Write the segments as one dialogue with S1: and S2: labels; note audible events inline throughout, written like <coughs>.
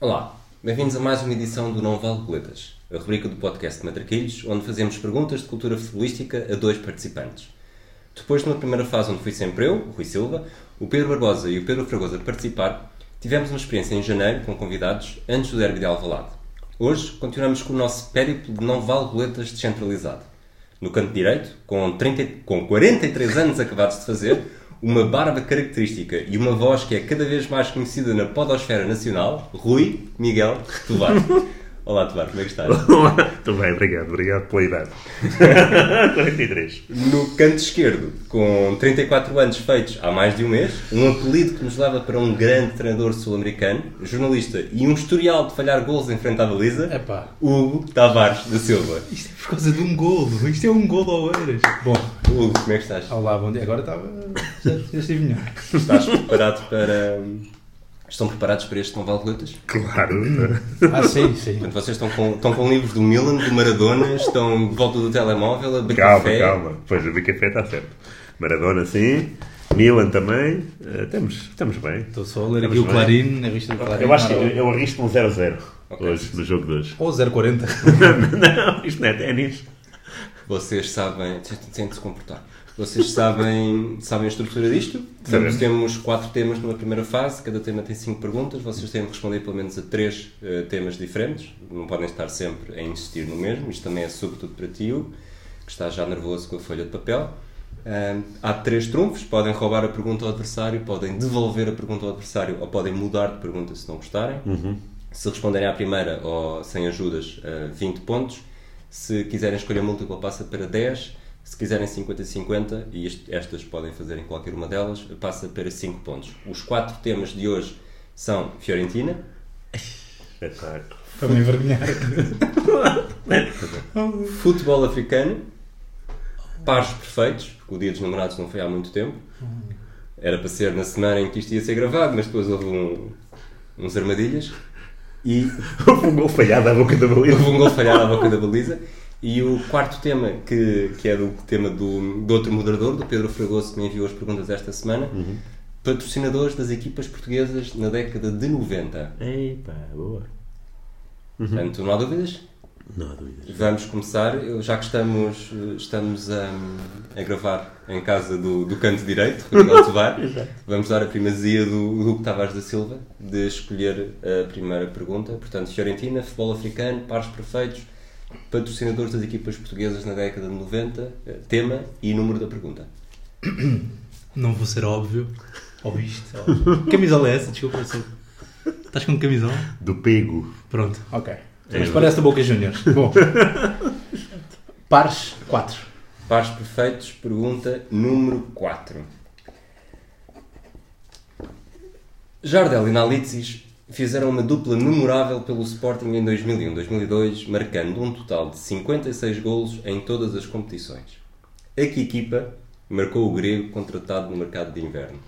S1: Olá, bem-vindos a mais uma edição do Não Vale Boletas, a rubrica do podcast Matraquilhos, onde fazemos perguntas de cultura futebolística a dois participantes. Depois de uma primeira fase onde fui sempre eu, o Rui Silva, o Pedro Barbosa e o Pedro Fragosa participar, tivemos uma experiência em janeiro com convidados antes do derby de Alvalade. Hoje continuamos com o nosso périplo de Não Vale Boletas descentralizado. No canto direito, com, 30 com 43 anos acabados de fazer, uma barba característica e uma voz que é cada vez mais conhecida na podosfera nacional, Rui Miguel Tovar. Olá, Tovar, como é que estás?
S2: Estou bem, obrigado, obrigado pela idade. <laughs> 43.
S1: No canto esquerdo, com 34 anos feitos há mais de um mês, um apelido que nos leva para um grande treinador sul-americano, jornalista e um historial de falhar gols em frente à baliza,
S3: Epá.
S1: Hugo Tavares da Silva.
S3: Isto é por causa de um golo. Isto é um golo ao Eiras. Bom,
S1: Hugo, como é que estás?
S3: olá, bom dia. Agora estava. Já, já estive melhor.
S1: Estás preparado para. Estão preparados para este Não Vale Gotas?
S2: Claro.
S3: Ah, sim, sim.
S1: Portanto, vocês estão com, estão com livros do Milan, do Maradona, estão de volta do telemóvel, a beber
S2: Calma,
S1: café.
S2: calma. Pois o café está certo. Maradona sim, Milan também. Eh, estamos, estamos bem.
S3: Estou só a ler aqui
S2: Estamos
S3: o
S2: bem.
S3: Clarim, na revista do Clarim.
S2: Eu acho que eu, eu arrisco um 0-0
S1: Ok.
S2: hoje, no jogo de <laughs> hoje.
S3: Ou 040.
S2: não, isto não é ténis.
S1: Vocês sabem. Têm de se comportar. Vocês sabem, sabem a estrutura disto. Temos,
S2: Sabemos.
S1: temos quatro temas numa primeira fase, cada tema tem cinco perguntas. Vocês têm de responder pelo menos a três eh, temas diferentes. Não podem estar sempre a insistir no mesmo. Isto também é sobretudo para ti, Hugo, que está já nervoso com a folha de papel. Ah, há três trunfos: podem roubar a pergunta ao adversário, podem devolver a pergunta ao adversário ou podem mudar de pergunta se não gostarem. Se responderem à primeira ou sem ajudas, ah, 20 pontos. Se quiserem escolha múltipla, passa para 10. Se quiserem 50-50, e este- estas podem fazer em qualquer uma delas, passa para 5 pontos. Os quatro temas de hoje são Fiorentina,
S2: Espetáculo.
S3: Para me envergonhar.
S1: futebol africano, pares perfeitos, porque o dia dos namorados não foi há muito tempo. Era para ser na semana em que isto ia ser gravado, mas depois houve um, uns armadilhas. E
S2: Houve um gol falhado à boca da baliza.
S1: <laughs> Houve um gol falhado à boca da baliza. E o quarto tema, que, que é do tema do, do outro moderador, do Pedro Fragoso, que me enviou as perguntas esta semana. Patrocinadores das equipas portuguesas na década de 90.
S2: Epa, boa.
S1: Portanto, não há dúvidas?
S2: Uhum. Não há dúvidas.
S1: Vamos começar, Eu- já que estamos, eh, estamos a, a gravar em casa do, do canto direito, Rui
S2: <laughs>
S1: Miguel Tovar, vamos dar a primazia do Hugo Tavares da Silva de escolher a primeira pergunta. Portanto, Fiorentina, futebol africano, pares perfeitos, patrocinadores das equipas portuguesas na década de 90, eh, tema e número da pergunta.
S3: Não vou ser óbvio. Ouviste? Óbvio. Que <laughs> Camisola é essa? Desculpa, eu sou. Estás com camisola?
S2: Do pego.
S3: Pronto, ok. Mas
S2: É.
S3: parece a Boca Juniors. Bom. Pares 4.
S1: Pares perfeitos, pergunta número 4. Jardel e Nalitzis fizeram uma dupla memorável pelo Sporting em 2001-2002, marcando um total de 56 golos em todas as competições. A que equipa marcou o grego contratado no mercado de inverno?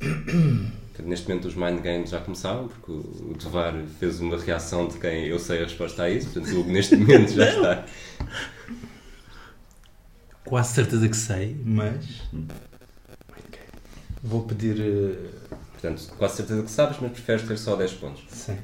S1: Portanto, Neste momento os mind games já começaram, porque o o Tovar fez uma reação de quem eu sei a resposta a isso, portanto o Hugo neste momento já está.
S3: Quase certeza que sei, mas. Vou pedir. eh,
S1: Portanto, quase certeza que sabes, mas preferes ter só 10 pontos.
S3: Sim.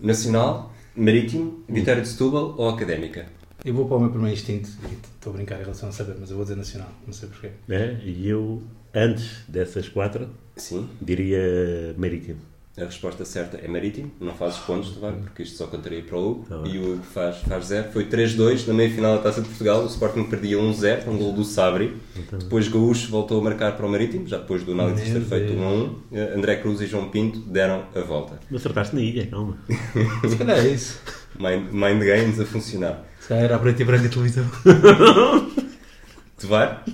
S1: Nacional, Marítimo, Vitória de Setúbal ou Académica?
S3: Eu vou para o meu primeiro instinto e estou a brincar em relação a saber, mas eu vou dizer nacional, não sei porquê.
S2: É, E eu, antes dessas quatro,
S1: Sim,
S2: diria Marítimo.
S1: a resposta certa é Marítimo. Não fazes pontos, Tovar, porque isto só contaria para o Hugo.
S2: Tá bem.
S1: e o Hugo faz, faz zero. Foi 3-2 na meia-final da Taça de Portugal. O Sporting perdia 1-0 com um gol do Sabri. Depois Gaúcho voltou a marcar para o Marítimo, já depois do análise ter
S3: Meu
S1: feito
S3: Deus.
S1: 1-1. Eh, André Cruz e João Pinto deram a volta.
S2: Não acertaste na ilha, calma.
S3: Se calhar é isso.
S1: Mind, mind games a funcionar.
S3: Se calhar era a preta e branca televisão.
S1: Tovar,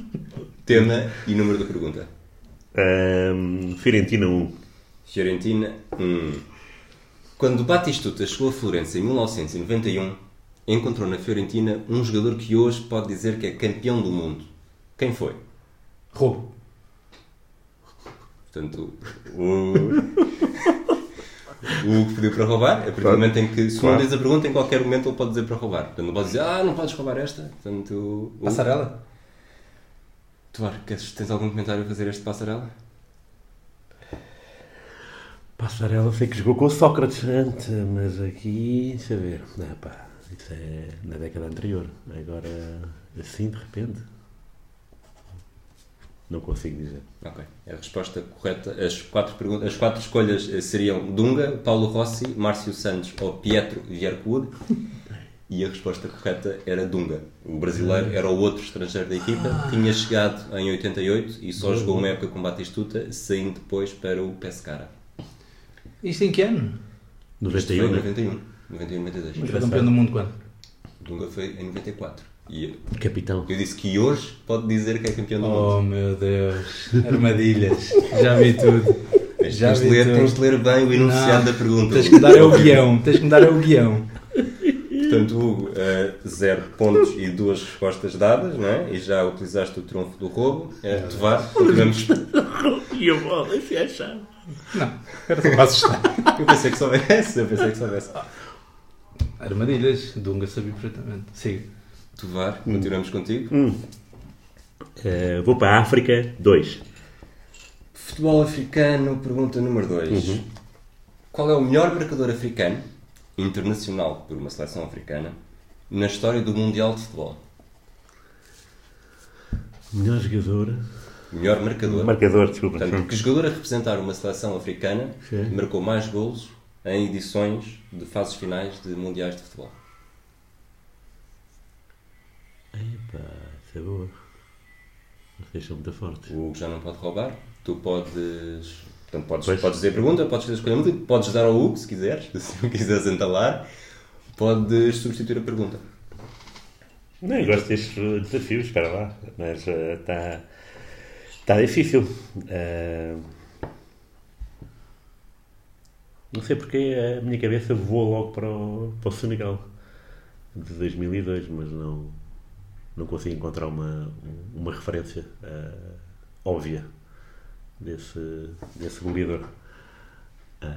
S1: tema e número da pergunta.
S2: Ahm, Fiorentina 1.
S1: Fiorentina 1. Quando Batistuta chegou a Florença em 1991, encontrou na Fiorentina um jogador que hoje pode dizer que é campeão do mundo. Quem foi?
S3: Roubo.
S1: Uh. Portanto, o. <laughs> O que pediu para roubar, a partir do
S2: Claro.
S1: momento em que, se
S2: Claro.
S1: não diz a pergunta, em qualquer momento ele pode dizer para roubar. Portanto, não pode dizer, ah, não podes roubar esta. Portanto, o- o-
S3: Passarela?
S1: Tuar, queres- tens algum comentário a fazer a este passarela?
S2: Passarela, sei que jogou com o Sócrates antes, mas aqui, deixa eu ver. Ah, pá, isso é na década anterior. Agora, assim, de repente. Não consigo dizer.
S1: Ok. A resposta correta, as quatro, perguntas, as quatro escolhas eh, seriam Dunga, Paulo Rossi, Márcio Santos ou Pietro Viercoud.
S3: <laughs>
S1: E a resposta correta era Dunga. O brasileiro era o outro estrangeiro da equipa,
S3: Ah.
S1: tinha chegado em 88 e só jogou uma época com Batistuta, saindo depois para o Pescara.
S3: Isto em que ano?
S1: Foi em
S2: 91, né?
S1: 91, 91, 92.
S3: Mas foi campeão do mundo quando?
S1: Dunga foi em 94. E
S2: Capitão.
S1: eu disse que hoje pode dizer que é campeão do mundo.
S3: Oh meu Deus, armadilhas, já vi tudo.
S1: Mas
S3: Já
S1: tens, de
S3: vi
S1: ler,
S3: tudo.
S1: tens de ler bem o enunciado
S3: Não.
S1: da pergunta.
S3: Tens que me dar é o guião, tens que me dar é o guião.
S1: Portanto, Hugo, eh, zero pontos e duas respostas dadas, não é? E já utilizaste o trunfo do roubo. Eh, Tovar, continuamos.
S2: E a bola, isso é chato.
S3: Não, era só para assustar.
S1: Eu pensei que soubesse, eu pensei que soubesse.
S3: Armadilhas, Dunga sabia perfeitamente. Siga.
S1: Tovar, continuamos contigo.
S2: Eh, vou para a África 2.
S1: Futebol africano, pergunta número 2. Qual é o melhor marcador africano, internacional por uma seleção africana, na história do Mundial de Futebol?
S2: Melhor jogador.
S1: Melhor marcador.
S2: Marcador, desculpa.
S1: Portanto, que jogador a representar uma seleção africana
S2: Sim.
S1: marcou mais golos em edições de fases finais de mundiais de futebol?
S2: Epá, isso é boa. Vocês são muito fortes.
S1: O Hugo já não pode roubar. Tu podes. Portanto,
S2: Pois.
S1: podes, podes dizer pergunta, podes fazer escolha múltipla, podes dar ao Hugo se quiseres, <laughs> se não quiseres entalar. Podes substituir a pergunta.
S2: Não, eu gosto destes desafios, espera lá. Mas está tá difícil. Eh, não sei porque a minha cabeça voou logo para o, para o Senegal de 2002, mas não, não consigo encontrar uma, uma referência eh, óbvia desse, desse goleador. Eh,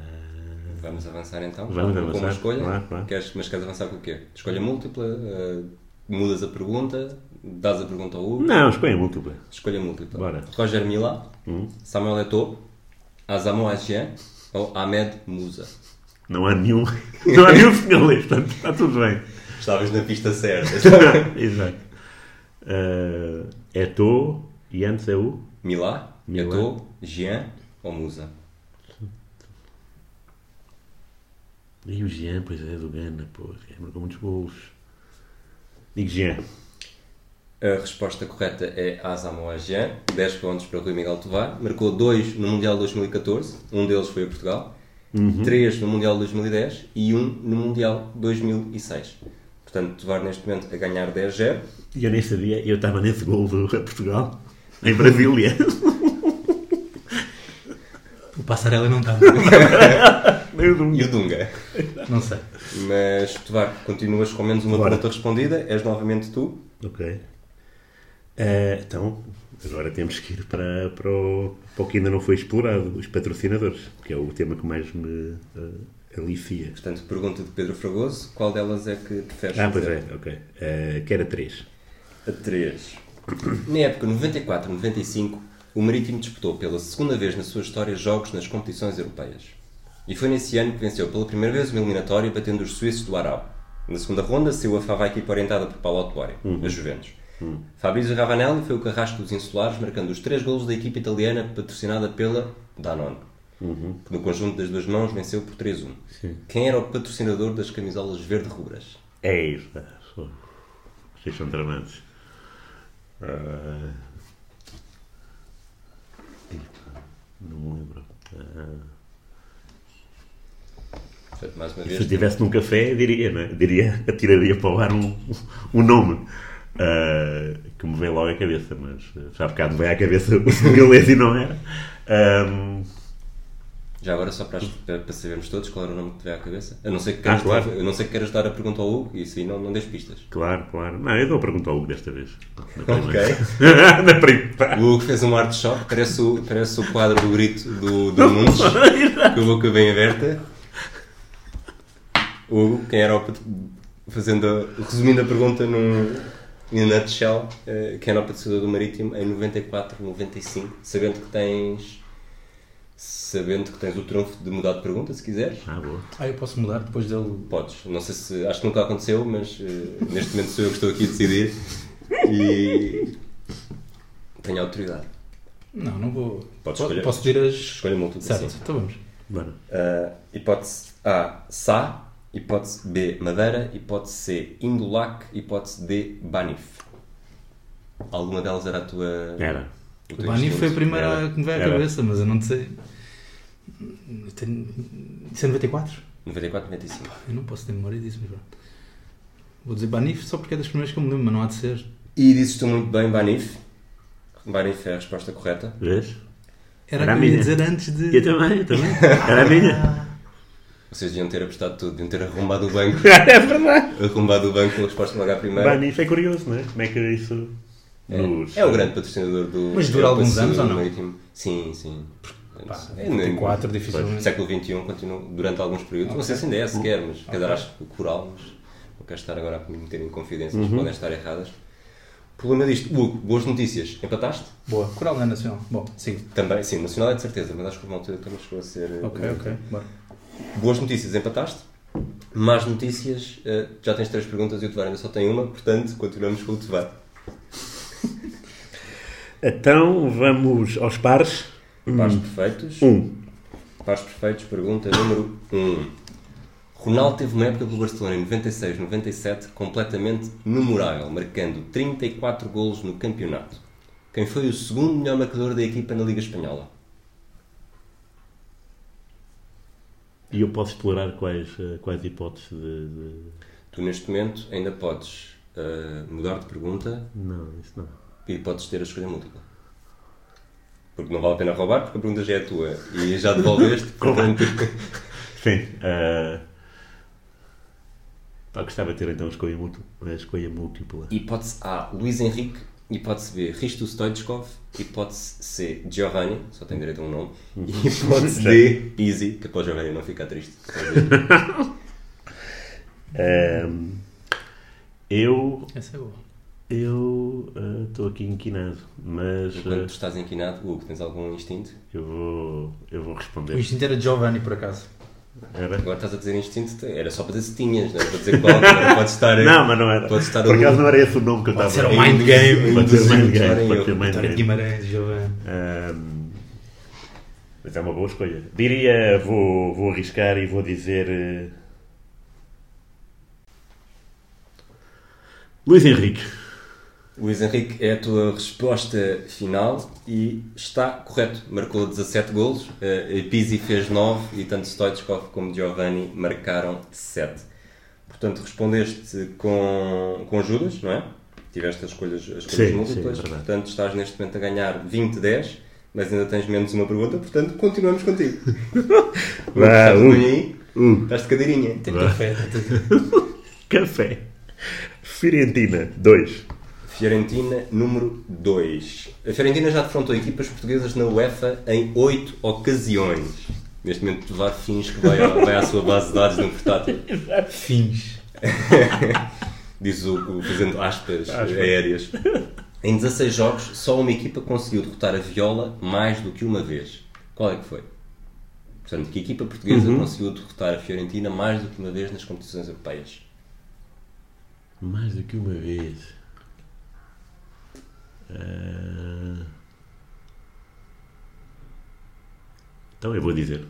S1: Vamos avançar então?
S2: Vamos
S1: com
S2: avançar,
S1: uma escolha?
S2: claro, claro.
S1: Queres, mas queres avançar com o quê? Escolha múltipla, eh, mudas a pergunta, dás a pergunta ao Hugo.
S2: não, escolha múltipla.
S1: Escolha múltipla.
S2: Bora. Hum.
S1: Roger Milá, Samuel Eto'o, Azamo Agien ou Ahmed Musa.
S2: Não há nenhum, <laughs> não há nenhum finalista, portanto está tudo bem.
S1: Estavas na pista certa.
S2: <laughs> Exato. Eh, é tu e antes é o.
S1: <laughs> Milá,
S2: Milá.
S1: Eto'o, Jean ou Musa?
S2: E o Jean, pois é, do Gana, pois. É, marcou muitos gols. Digo Jean.
S1: A resposta correta é Azamo Agien, 10 pontos para Rui Miguel Tovar. Marcou 2 no Mundial de 2014, um deles foi a Portugal.
S2: Uhum.
S1: 3 no Mundial de 2010 e 1 no Mundial de 2006. Portanto, Tovar neste momento a ganhar 10-0.
S2: E eu nem sabia, eu estava nesse gol do <laughs> a Portugal, em Brasília. <laughs>
S3: O passarela não está,
S2: Meu Deus.
S1: E o Dunga.
S3: não sei.
S1: Mas Tovar, continuas com menos uma
S2: Bora.
S1: pergunta respondida, és novamente tu.
S2: ok. Eh, então, agora temos que ir para, para, o, para o que ainda não foi explorado, os patrocinadores, que é o tema que mais me eh, alicia.
S1: Portanto, pergunta de Pedro Fragoso: qual delas é que preferes
S2: Ah, pois
S1: fazer?
S2: é, ok. Eh, que era três.
S1: a 3. Na época 94-95, o Marítimo disputou pela segunda vez na sua história jogos nas competições europeias. E foi nesse ano que venceu pela primeira vez uma eliminatória batendo os suíços do Arau. Na segunda ronda saiu a Fava equipa orientada por Paulo Autuori, a Juventus. Fabrizio Ravanelli foi o carrasco dos insulares, marcando os três golos da equipa italiana patrocinada pela Danone, que no conjunto das duas mãos venceu por 3-1.
S2: Sim.
S1: Quem era o patrocinador das camisolas verde-rubras?
S2: É isso. pá. Sou- Vocês são tramados. Ah, epá, não me lembro. Ah,
S1: Portanto, mais uma
S2: se
S1: vez,
S2: eu estivesse num café, diria, né? diria <laughs> atiraria para o ar um, um nome. ah, que me veio logo à cabeça, mas ah, já há bocado me veio à cabeça <laughs> o senegalês e não era. Ah,
S1: Já agora, só para, as- para- para sabermos todos qual era o nome que te veio à cabeça. A não ser que
S2: Ah,
S1: queiras,
S2: claro.
S1: eu não sei que queiras dar a pergunta ao Hugo, isso aí não, não deixes pistas.
S2: claro, claro. Não, eu dou a pergunta ao Hugo desta vez. Na
S1: Ok.
S2: primeira. <laughs> Na primeira.
S1: O Hugo fez um art shop, parece o, parece o quadro do grito do, do Nunes, com a boca bem aberta. Hugo, quem era o. pat- Fazendo a- resumindo a pergunta num, num nutshell, eh, quem era o patrocinador do Marítimo em 94, 95, sabendo que tens sabendo que tens o trunfo de mudar de pergunta, se quiseres.
S2: Ah, boa.
S3: Ah, eu posso mudar depois dele.
S1: Podes. Não sei se. Acho que nunca aconteceu, mas eh, neste momento sou eu que estou aqui a decidir. E. Tenho autoridade.
S3: Não, não vou.
S1: Podes
S3: Po-
S1: escolher.
S3: Posso pedir as.
S1: Escolha uma última
S3: Certo,
S1: sim.
S3: então vamos.
S2: Bora.
S1: Ah, hipótese A, Sá. Hipótese B, Madeira. Hipótese C, Indulac. Hipótese D, Banif. Alguma delas era a tua.
S2: Era.
S1: o
S3: O
S1: teu
S3: Bani
S1: instinto?
S3: É. foi a primeira
S2: Era.
S3: que me veio à
S2: Era.
S3: cabeça, mas eu não sei. Eu tenho. Isso é 94?
S1: 94, 95.
S3: Eu não posso ter memória disso, mas pronto. Vou dizer Banif só porque é das primeiras que eu me lembro, mas não há de ser.
S1: E dizes tu muito bem, Banif. Banif é a resposta correta.
S2: Vês?
S3: Era,
S2: Era
S3: a
S2: a
S3: que eu ia
S2: minha.
S3: dizer antes de.
S2: Eu também, eu também. Era a minha.
S1: Ah. Vocês deviam ter apostado tudo, deviam ter arrombado o banco. <laughs>
S2: é verdade.
S1: arrombado o banco com a resposta logo à primeira.
S2: Bani, isso é curioso, não é? Como é que isso.
S1: É,
S2: nos-
S1: é o grande patrocinador do.
S3: Mas dura
S1: é o
S3: alguns anos ou
S1: patrocinador
S3: não?
S1: marítimo. Sim, sim.
S3: Pá,
S1: É, nem-
S3: 94,
S1: O
S3: dificilmente.
S1: século XXI continua durante alguns períodos. Não sei se ainda é sequer, mas quer dizer, acho que o coral, mas não quero estar agora a me meter em confidências,
S3: Uhum.
S1: podem estar erradas. O problema disto, Hugo, boas notícias. Empataste?
S3: Boa. Coral não é nacional. Bom, sigo.
S1: Também, sim, nacional é de certeza, mas acho que houve uma altura que também chegou a ser. eh,
S3: Ok, ok. Bora.
S1: Boas notícias, empataste. Más notícias, eh, já tens três perguntas e o Tevar ainda só tem uma, portanto continuamos com o Tevar.
S2: Então vamos aos pares.
S1: Pares perfeitos.
S2: Um.
S1: Pares perfeitos, pergunta número 1. Um. Ronaldo teve uma época pelo Barcelona em 96-97 completamente memorável, marcando 34 golos no campeonato. Quem foi o segundo melhor marcador da equipa na Liga Espanhola?
S2: E eu posso explorar quais, eh, quais hipóteses de. de-
S1: Tu neste momento ainda podes eh, mudar de pergunta
S2: Não, isso não.
S1: e podes ter a escolha múltipla. Porque não vale a pena roubar, porque a pergunta já é tua e já devolveste, portanto...
S2: Sim. eh, pá, gostava de ter então a escolha múltipla. A escolha múltipla.
S1: Hipótese A, Luís Henrique. Hipótese B, Risto Stoichkov. Hipótese C, Giovanni, só tem direito a um nome. E hipótese D, Pizzi, que é para o Giovanni não ficar triste.
S2: Ehm, eu.
S3: Essa é boa.
S2: Eu eh, estou aqui inquinado, mas
S1: Enquanto tu
S2: eh,
S1: estás inquinado, Hugo, tens algum instinto?
S2: eu, vou, eu vou
S3: O
S2: responder.
S3: instinto era é Giovanni, por acaso.
S2: Era?
S1: Agora estás a dizer instinto, era só para dizer se tinhas, não é para dizer qual, agora podes estar...
S2: Não, mas não era.
S1: Pode estar
S2: Por
S1: a-
S2: acaso não era esse o nome que eu
S3: Pode
S2: estava
S3: ser um mind game.
S2: Pode ser mind
S1: Estar
S2: game.
S1: em
S2: Pode
S1: erro.
S2: ser mind
S3: Vitória de
S2: game.
S3: Guimarães, Giovanni.
S2: Ahm, mas é uma boa escolha. Diria, vou, vou arriscar e vou dizer. eh, Luís Henrique.
S1: Luís Henrique, é a tua resposta final e está correto. Marcou 17 golos, eh, eh, Pizzi fez 9 e tanto Stoichkov como Giovanni marcaram 7. Portanto, respondeste com, com Judas, não é? Tiveste as escolhas, as escolhas
S2: Sim,
S1: múltiplas,
S2: sim, é verdade.
S1: portanto estás neste momento a ganhar 20-10, mas ainda tens menos uma pergunta, portanto continuamos
S2: <laughs>
S1: contigo.
S2: Vá, um.
S1: Está tudo
S2: Hugo.
S1: bem aí?
S2: Hugo.
S1: Estás de cadeirinha.
S3: Café.
S2: Café. Fiorentina, 2.
S1: Fiorentina, número 2. A Fiorentina já defrontou equipas portuguesas na UEFA em 8 ocasiões. Neste momento, levar fins que vai, à- vai à sua base de dados no portátil.
S3: Fins.
S1: Diz o, o fazendo aspas
S2: Aspas.
S1: aéreas. Em 16 jogos, só uma equipa conseguiu derrotar a Viola mais do que uma vez. Qual é que foi? Portanto, que equipa portuguesa conseguiu derrotar a Fiorentina mais do que uma vez nas competições europeias?
S2: Mais do que uma vez. Ah. Então eu vou dizer.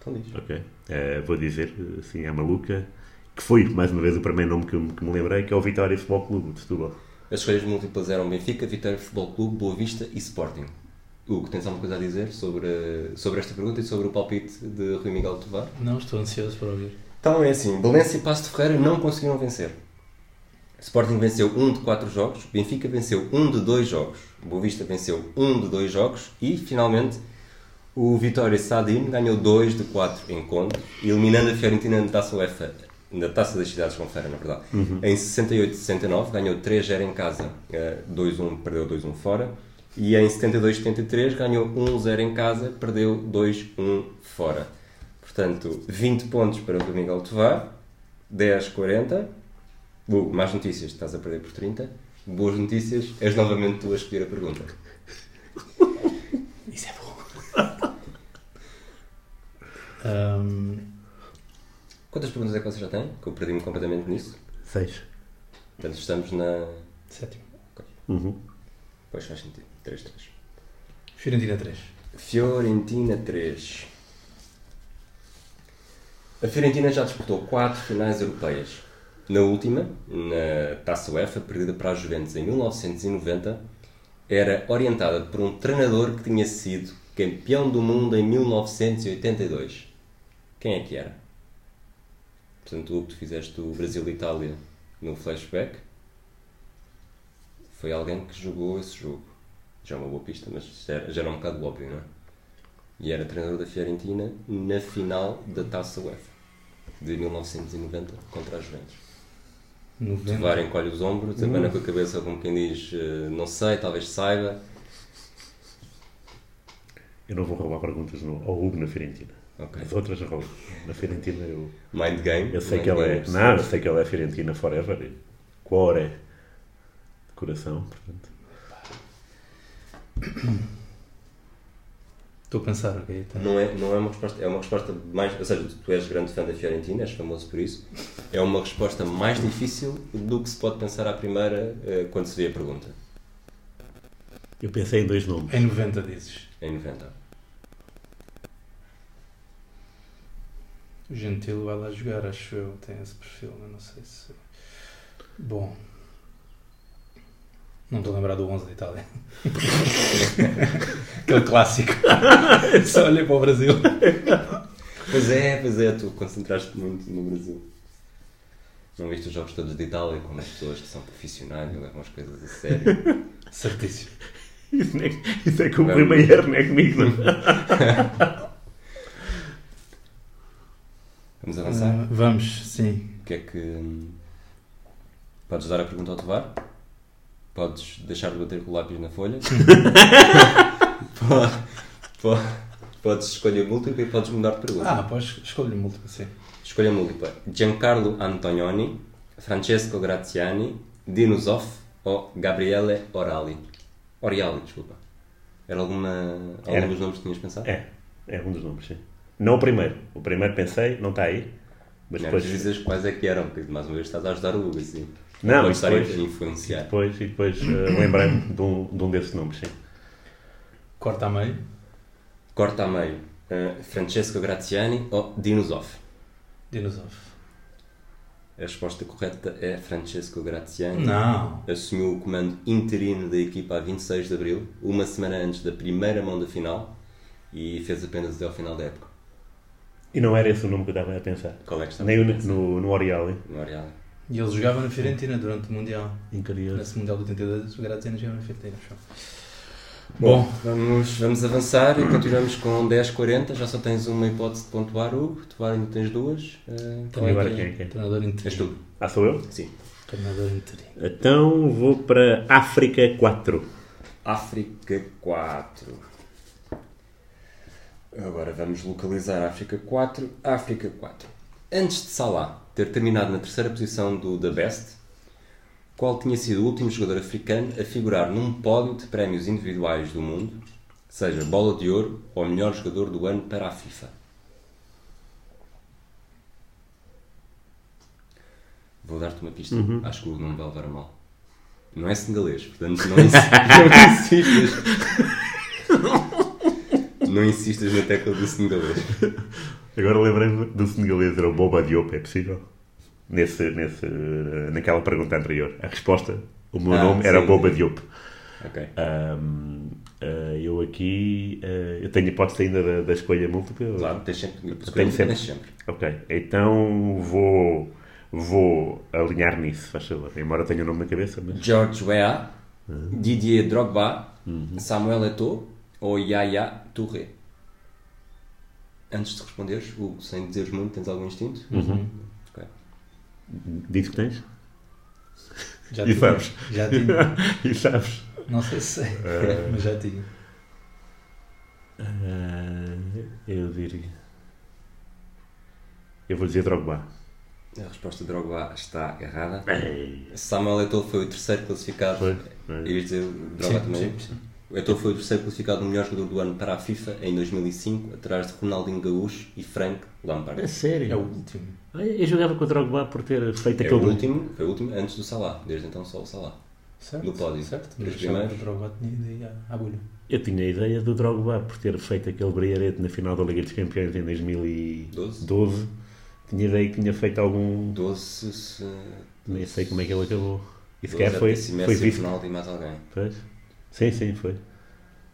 S1: Então diz.
S2: Ok. Eh, vou dizer, assim, à maluca, que foi, mais uma vez, o primeiro nome que, eu me- que me lembrei, que é o Vitória Futebol Clube de Setúbal.
S1: As escolhas múltiplas eram Benfica, Vitória Futebol Clube, Boa Vista e Sporting. Hugo, tens alguma coisa a dizer sobre, sobre esta pergunta e sobre o palpite de Rui Miguel Tovar?
S3: Não, estou ansioso para ouvir.
S1: Então é assim, Valência e Passo de Ferreira não conseguiram vencer. Sporting venceu um de quatro jogos, Benfica venceu um de dois jogos, Boa Vista venceu um de dois jogos e, finalmente, o Vitória Sadin ganhou dois de quatro encontros, eliminando a Fiorentina na Taça UEFA, na Taça das Cidades com Fera, na verdade. Em 68-69 ganhou 3-0 em casa, eh, 2-1, perdeu 2-1 fora. E em 72-73 ganhou 1-0 em casa, perdeu 2-1 fora. Portanto, 20 pontos para o Rui Miguel Tovar, 10-40. Hugo, Uh, más notícias, estás a perder por 30. Boas notícias, és novamente tu a escolher a pergunta.
S3: Isso é bom. <laughs> Ahm,
S1: Quantas perguntas é que vocês já têm? Que eu perdi-me completamente nisso.
S2: Seis.
S1: Portanto, estamos na.
S3: sétimo.
S2: Uhum.
S1: Pois faz sentido. 3-3.
S3: Fiorentina 3.
S1: Fiorentina 3. A Fiorentina já disputou 4 finais europeias. Na última, na Taça UEFA, perdida para a Juventus em 1990, era orientada por um treinador que tinha sido campeão do mundo em 1982. Quem é que era? Portanto, Hugo, tu fizeste o Brasil-Itália no flashback. Foi alguém que jogou esse jogo. Já é uma boa pista, mas já era, já era um bocado óbvio, não é? E era treinador da Fiorentina na final da Taça UEFA de 1990 contra a Juventus. O VAR encolhe os ombros,
S2: Hum.
S1: abana com a cabeça como quem diz eh, não sei, talvez saiba.
S2: Eu não vou roubar perguntas no, ao Hugo na Fiorentina.
S1: Ok.
S2: As outras eu roubo. Na Fiorentina eu,
S1: Mind game.
S2: eu sei
S1: mind
S2: que ela é.
S1: game,
S2: Não, eu sei que ela é Fiorentina forever. e Cuore. De coração, portanto.
S3: Estou a pensar, ok? Tá.
S1: Não é, não é uma resposta, é uma resposta mais. Ou seja, tu és grande fã da Fiorentina, és famoso por isso. É uma resposta mais difícil do que se pode pensar à primeira eh, quando se vê a pergunta.
S2: Eu pensei em dois
S1: É.
S2: nomes.
S3: Em 90 dizes.
S1: Em 90.
S3: O Gentil vai lá jogar, acho eu. Tem esse perfil, mas não sei se. Bom. Não estou a lembrar do 11 da Itália. Aquele clássico. Só olhei para o Brasil.
S1: Pois é, pois é, tu concentraste muito no Brasil. Não viste os jogos todos de Itália, como as pessoas que são profissionais e levam as coisas a sério.
S3: Certíssimo.
S2: <laughs> Isso, é, isso é com o
S1: Não.
S2: primeiro, não é comigo, não?
S1: Vamos avançar?
S3: Ah, vamos, sim.
S1: O que é que. hum, Podes dar a pergunta ao Tovar? Podes deixar de bater com o lápis na folha? <laughs> Po- po- podes escolher múltipla e podes mudar de pergunta.
S3: Ah, podes escolher múltipla, sim.
S1: Escolha múltipla. Giancarlo Antonioni, Francesco Graziani, Dino Zoff ou Gabriele Orali. Oriali, desculpa. Era alguma, algum
S2: Era.
S1: dos nomes que tinhas pensado?
S2: É, é um dos nomes, sim. Não o primeiro. O primeiro pensei, não está aí. Mas
S1: Não,
S2: depois.
S1: mas dizes quais é que eram, porque mais uma vez estás a ajudar o Hugo, assim.
S2: Não,
S1: Pode
S2: mas
S1: estar
S2: depois-
S1: a influenciar.
S2: Depois, e depois
S1: <coughs>
S2: eh, lembrei-me de um, de um desses nomes, sim.
S3: Corta a meio.
S1: Corta a meio. eh, Francesco Graziani ou Dino Zoff?
S3: Dinosov.
S1: A resposta correta é Francesco Graziani.
S3: Não.
S1: assumiu o comando interino da equipa a 26 de abril, uma semana antes da primeira mão da final, e fez apenas até ao final da época.
S2: E não era esse o nome que eu estava a pensar.
S1: Qual é que está
S2: Nem o no, no, no Oriali.
S1: no Arial?
S3: E ele jogava na Fiorentina durante o Mundial.
S2: Incrível.
S3: Nesse Mundial de 82, o Graziano jogava na Fiorentina. acho eu. Bom,
S1: Vamos, vamos avançar e continuamos com 10.40. Já só tens uma hipótese de pontuar, Hugo. Tu ainda tens duas. Eh, qual
S2: E
S1: é
S2: agora
S1: que é?
S2: quem é quem?
S3: então treinador interino.
S1: És tu.
S2: Ah, sou eu?
S1: Sim.
S3: Treinador interino.
S2: Então vou para África 4.
S1: África 4. Agora vamos localizar a África 4. África 4. Antes de Salah ter terminado na terceira posição do The Best, qual tinha sido o último jogador africano a figurar num pódio de prémios individuais do mundo, seja bola de ouro ou melhor jogador do ano para a FIFA? Vou dar-te uma pista. Acho que o Hugo não me vai levar a mal. Não é senegalês, portanto não, insi- não insistas. não insistas na tecla do senegalês.
S2: Agora lembrei-me do senegalês, era o Boba Diop, é possível? Nesse, nesse, eh, naquela pergunta anterior. A resposta, o meu
S1: Ah,
S2: nome era
S1: sim,
S2: Boba
S1: sim.
S2: Diop.
S1: Ok.
S2: Ahm, eh, eu aqui, eh, eu tenho hipótese ainda da, da escolha múltipla?
S1: Claro, tens sempre.
S2: Tenho sempre.
S1: Tens sempre.
S2: Ok, então vou, vou alinhar nisso, faz favor. Embora tenha o nome na cabeça, mas...
S1: George Weah, Didier Drogba, Samuel Eto'o ou Yaya Touré? Antes de responderes, Hugo, sem dizeres muito, tens algum instinto? Ok.
S2: Diz que tens? <laughs>
S3: Já
S2: E sabes.
S3: Já tinha.
S1: <laughs>
S2: e sabes?
S3: Não sei se sei,
S1: É.
S3: mas já tinha.
S2: Ah, eu diria... Eu vou dizer Drogba.
S1: A resposta de Drogba está errada.
S2: Ei,
S1: Samuel Eto'o foi o terceiro classificado.
S2: Foi.
S1: Eu ia dizer o Drogba também.
S3: sim.
S1: Então foi o terceiro classificado no melhor jogador do ano para a FIFA em 2005, atrás de Ronaldinho Gaúcho e Frank Lampard.
S2: É sério?
S3: É o último.
S2: Ah, Eu jogava contra o Drogba por ter feito
S1: É o
S2: aquele gol.
S1: último, foi o último antes do Salah, desde então só o Salah.
S3: Certo?
S1: No pódio.
S3: Certo.
S1: Três
S3: Mas achava
S1: primeiros.
S3: que o Drogba tinha ido aí à- à bolha.
S2: Eu tinha a ideia do Drogba por ter feito aquele brilharete na final da Liga dos Campeões em 2012. Tinha a ideia que tinha feito algum.
S1: 12, se...
S2: Nem sei como é que ele acabou. E se
S1: 12
S2: calhar
S1: deve
S2: foi,
S1: ter sido
S2: foi
S1: Messi,
S2: vice.
S1: Ronaldo e mais alguém.
S2: Pois. Sim, sim, foi.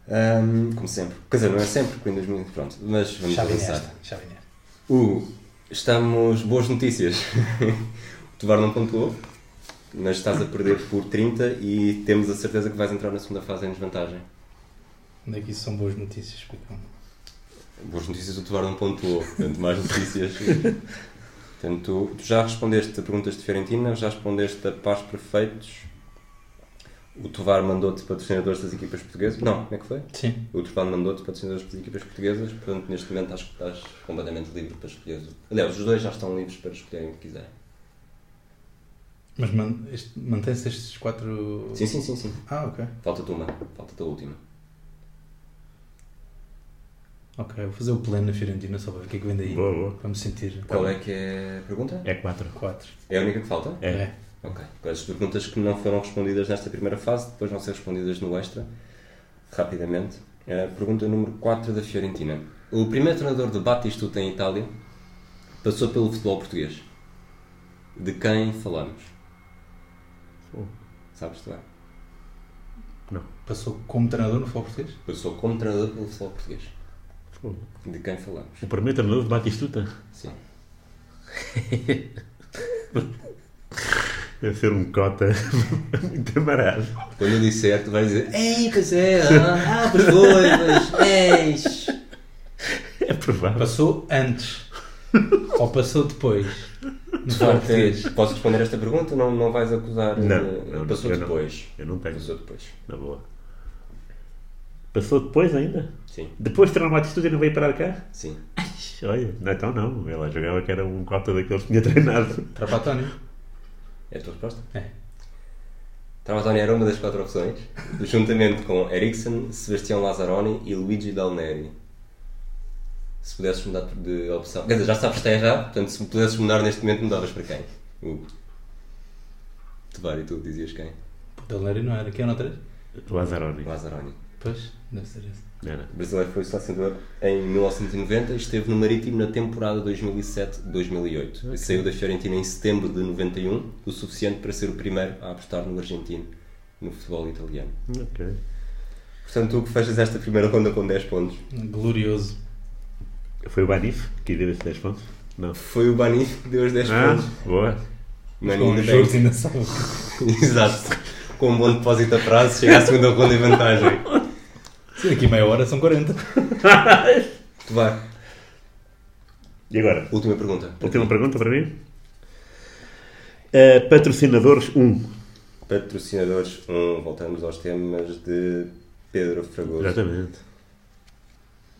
S1: Ahm, como sempre. Quer dizer, não é sempre, porque em 2000. Pronto, mas vamos
S3: Já vim
S1: avançar.
S3: nesta. Já vim nesta.
S1: Hugo, estamos. Boas notícias. <laughs> o Tovar não pontuou, mas estás a perder por 30 e temos a certeza que vais entrar na segunda fase em desvantagem.
S3: Onde é que isso são boas notícias, Picão?
S1: Boas notícias, um o Tovar não pontuou. Portanto, mais notícias. Portanto, tu já respondeste a perguntas de Fiorentina, já respondeste a pares perfeitos. O Tovar mandou-te patrocinadores das equipas portuguesas. Não, como é que foi?
S3: Sim.
S1: O Turfano mandou-te patrocinadores das equipas portuguesas, portanto, neste momento acho que estás completamente livre para escolher. Aliás, os dois já estão livres para escolherem o que quiserem.
S3: Mas man- este- mantém-se estes quatro.
S1: Sim, sim, sim, sim.
S3: Ah, ok.
S1: Falta-te uma, falta-te a última.
S3: Ok, vou fazer o pleno na Fiorentina só para ver o que é que vem daí.
S2: Boa, boa.
S3: Para me sentir.
S1: Qual é que é a pergunta?
S2: É 4.
S3: Quatro.
S1: É a única que falta?
S2: É.
S1: Ok. Com as perguntas que não foram respondidas nesta primeira fase, depois vão ser respondidas no extra, rapidamente. Eh, pergunta número 4 da Fiorentina. O primeiro treinador de Batistuta em Itália passou pelo futebol português. De quem falamos?
S2: Oh,
S1: Sabes tu bem?
S3: Passou como treinador no futebol português?
S1: Passou como treinador pelo futebol português.
S2: fogo.
S1: De quem falamos?
S2: O primeiro treinador de Batistuta.
S1: Sim.
S2: Deve ser um cota <laughs> muito amarado.
S1: Quando eu disser, tu vais dizer Ei, pois é, ah, ah, pois foi, pois, eis.
S2: É provável.
S3: Passou
S1: <laughs>
S3: antes. ou passou depois. No futebol português.
S1: Portanto, Posso responder esta pergunta? Não, não vais acusar?
S2: Não,
S1: eh,
S2: não,
S1: Passou
S2: eu não.
S1: depois.
S2: Eu não tenho.
S1: Passou depois.
S2: Na boa. Passou depois ainda?
S1: Sim,
S2: Depois de treinar o Batistuta e não veio parar cá?
S1: sim.
S2: Olha, não, então não. Ela jogava que era um cota daqueles que tinha <laughs> treinado.
S3: Trapatónio.
S1: É a tua resposta? Então,
S3: É.
S1: Travatoni era uma das quatro opções, <laughs> juntamente com Eriksen, Sebastião Lazzaroni e Luigi Del Neri. Se pudesses mudar de opção. Quer dizer, já sabes que está errado, portanto, se pudesses mudar neste momento, mudavas para quem? Hugo. Tovar e tu dizias quem?
S3: Pô, Daleri não era. Quem era o três?
S2: Lazzaroni.
S1: Lazzaroni.
S3: Pois, deve ser esse.
S2: Era.
S1: O brasileiro foi selecionador em 1990 e esteve no Marítimo na temporada 2007-2008. Saiu da Fiorentina em setembro de 91, o suficiente para ser o primeiro a apostar no argentino no futebol italiano.
S2: Ok.
S1: Portanto, tu que fechas esta primeira ronda com 10 pontos.
S3: Glorioso.
S2: Foi o Banif que deu esses 10 pontos? Não.
S1: Foi o Banif que deu os 10
S2: Ah,
S1: pontos.
S2: boa.
S1: Mano,
S3: Com
S1: ainda
S3: um jogo
S1: <laughs> bem.
S3: ainda sabe.
S1: Exato. Com um bom depósito a prazo, chega à segunda ronda em vantagem.
S3: Sim, Daqui a meia hora são 40.
S1: Tu vai.
S2: E agora?
S1: Última pergunta.
S2: Última pergunta para mim. Eh, patrocinadores 1.
S1: Patrocinadores 1. Voltamos aos temas de Pedro Fragoso.
S2: Exatamente.